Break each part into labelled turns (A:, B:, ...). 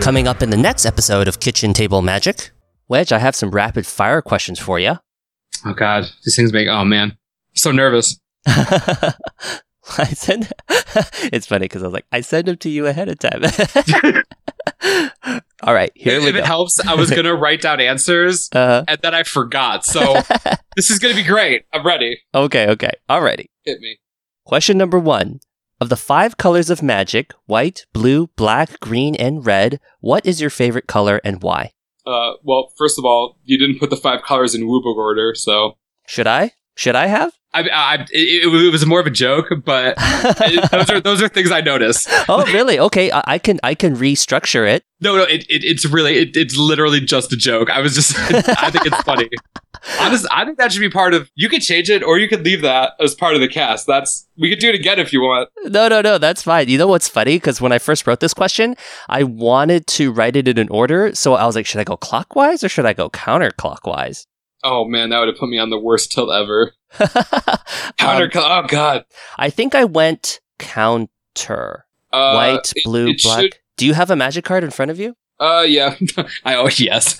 A: Coming up in the next episode of Kitchen Table Magic, Wedge, I have some rapid fire questions for you.
B: Oh God, these things make. Oh man, I'm so nervous.
A: I send. it's funny because I was like, I send them to you ahead of time. All right, here
B: if
A: we
B: if
A: go.
B: it helps, I was gonna write down answers
A: Uh,
B: and then I forgot. So this is gonna be great. I'm ready.
A: okay, okay. Alrighty.
B: Hit me.
A: Question number one. Of the five colors of magic, white, blue, black, green, and red, what is your favorite color and why?
B: Uh, well, first of all, you didn't put the five colors in Woobo order, so
A: Should I? Should I have?
B: I, I, I- it, it was more of a joke, but it- those are those are things I noticed.
A: oh, really? Okay, I, I can I can restructure it.
B: No, no, it, it it's really it, it's literally just a joke. I was just I think it's funny. Honestly, I think that should be part of. You could change it, or you could leave that as part of the cast. That's we could do it again if you want.
A: No, no, no, that's fine. You know what's funny? Because when I first wrote this question, I wanted to write it in an order. So I was like, should I go clockwise or should I go counterclockwise?
B: Oh man, that would have put me on the worst tilt ever. Counter,
A: Um,
B: oh god,
A: I think I went counter.
B: uh,
A: White,
B: it-
A: blue,
B: it
A: black.
B: should-
A: Do you have a magic card in front of you?
B: uh, yeah. I oh yes.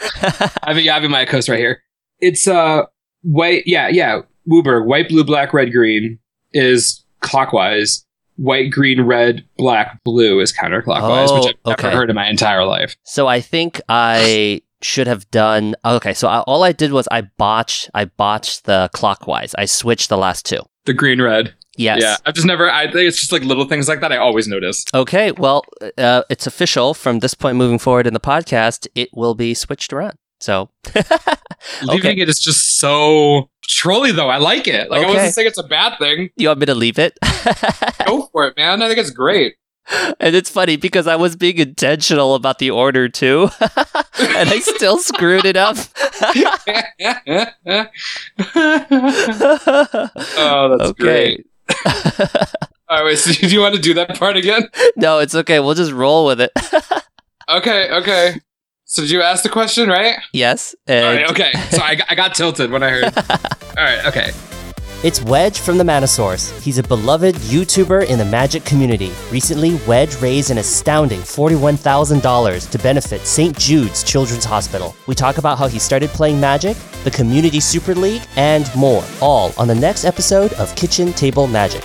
B: I have, yeah, I have in my coast right here. It's uh white. Yeah, yeah. Wooberg, white, blue, black, red, green is clockwise. White, green, red, black, blue is counterclockwise,
A: Oh,
B: which I've never
A: okay.
B: heard in my entire life.
A: So I think I should have done. Okay, so I, all I did was I botched. I botched the clockwise. I switched the last two.
B: The green, red.
A: Yes.
B: Yeah, I've just never. I think it's just like little things like that. I always notice.
A: Okay. Well, uh, it's official. From this point moving forward in the podcast, it will be switched around. So
B: Leaving it is just so trolly, though. I like it. Like I
A: Okay.
B: wasn't saying it's a bad thing.
A: you want me to leave it?
B: Go for it, man. I think it's great.
A: and it's funny because I was being intentional about the order too, and I still screwed it up.
B: oh, that's
A: okay.
B: great. All right, wait, so do you want to do that part again?
A: No, it's okay. We'll just roll with it.
B: Okay, okay. So did you ask the question, right?
A: yes.
B: All
A: And
B: right, okay. So I, I got tilted when I heard. All right, okay.
A: It's Wedge from the Manosaurus. He's a beloved YouTuber in the magic community. Recently, Wedge raised an astounding $41,000 to benefit St. Jude's Children's Hospital. We talk about how he started playing magic, the Community Super League, and more, all on the next episode of Kitchen Table Magic.